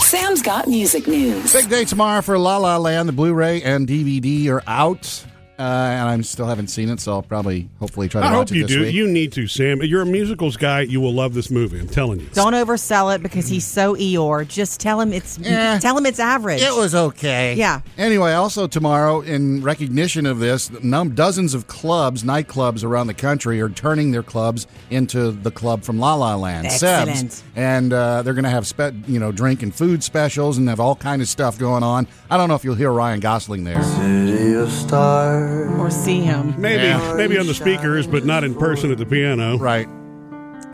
D: Sam's got music news.
C: Big day tomorrow for La La Land. The Blu-ray and DVD are out, uh, and I still haven't seen it, so I'll probably, hopefully, try to
A: I
C: watch
A: hope
C: it
A: you
C: this
A: do.
C: week.
A: You need to, Sam. You're a musicals guy. You will love this movie. I'm telling you.
B: Don't oversell it because he's so Eeyore. Just tell him it's
C: Eh.
B: tell him it's average.
C: It was okay.
B: Yeah.
C: Anyway, also tomorrow, in recognition of this, num- dozens of clubs, nightclubs around the country, are turning their clubs into the club from La La Land, Seb's.
K: Excellent.
C: and uh, they're going to have spe- you know drink and food specials and have all kind of stuff going on. I don't know if you'll hear Ryan Gosling there. City of stars.
B: Or see him.
A: Maybe maybe on the speakers, but not in person at the piano.
C: Right.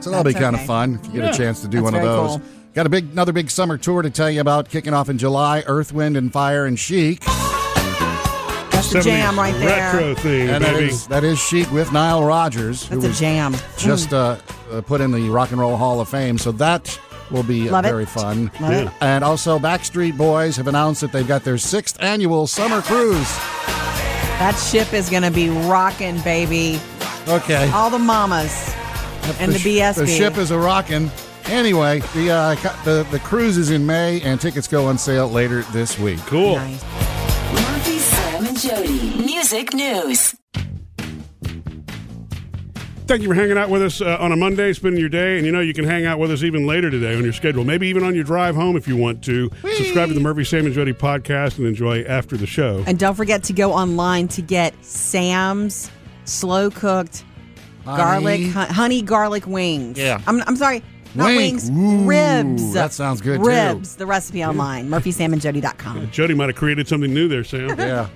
C: So that'll be
A: That's
C: kind of
A: okay.
C: fun if you get
A: Yeah.
C: a chance to do
A: That's
C: one of
A: very
C: those.
A: cool.
C: Got a big another big summer tour to tell you about kicking off in July. Earth, Wind, and Fire and Chic.
B: That's the
C: 70s
B: jam right there.
A: retro thing,
C: And that
A: baby.
C: is that is Chic with Nile Rodgers. who
B: That's a
C: was
B: jam.
C: Just uh, uh, put in the Rock and Roll Hall of Fame, so that will be uh,
B: Love it.
C: very fun.
B: Love it. Yeah.
C: And also, Backstreet Boys have announced that they've got their sixth annual summer cruise.
B: That ship is going to be rocking, baby.
C: Okay.
B: All the mamas Oh, and the
C: sh-
B: BSB.
C: The ship is a rockin'. Anyway, the, uh, co- the the cruise is in May, and tickets go on sale later this week.
A: Cool.
D: Murphy, Sam, and Jody. Music news.
A: Thank you for hanging out with us uh, on a Monday, spending your day. And you know, you can hang out with us even later today on your schedule, maybe even on your drive home if you want to. Subscribe to the Murphy, Sam, and Jody podcast and enjoy after the show.
B: And don't forget to go online to get Sam's slow cooked garlic,
C: Honey.
B: hon- honey garlic wings.
C: Yeah.
B: I'm, I'm sorry, not wings,
C: Wings. Ooh,
B: ribs.
C: that sounds good, too. [laughs]
B: Ribs, the recipe online, murphysamandjody.com.
A: Jody might have created something new there, Sam.
C: Yeah.